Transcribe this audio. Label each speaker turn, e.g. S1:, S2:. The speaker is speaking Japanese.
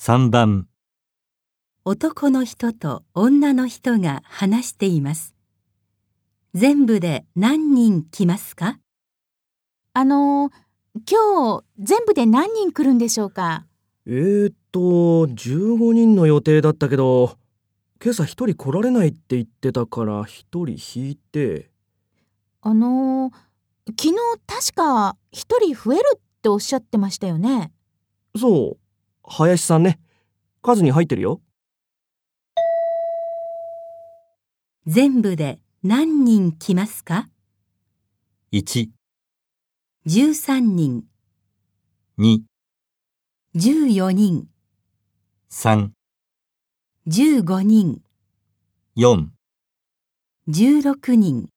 S1: 3番、
S2: 男の人と女の人が話しています。全部で何人来ますか
S3: あのー今日全部で何人来るんでしょうか
S4: えー、っと、15人の予定だったけど、今朝一人来られないって言ってたから一人引いて、
S3: あのー昨日確か一人増えるっておっしゃってましたよね
S4: そう、林さんね、数に入ってるよ。
S2: 全部で何人来ますか
S1: 1、
S2: ?13 人、
S1: 2、
S2: 14人、
S1: 3、
S2: 15人、
S1: 4。
S2: 16人。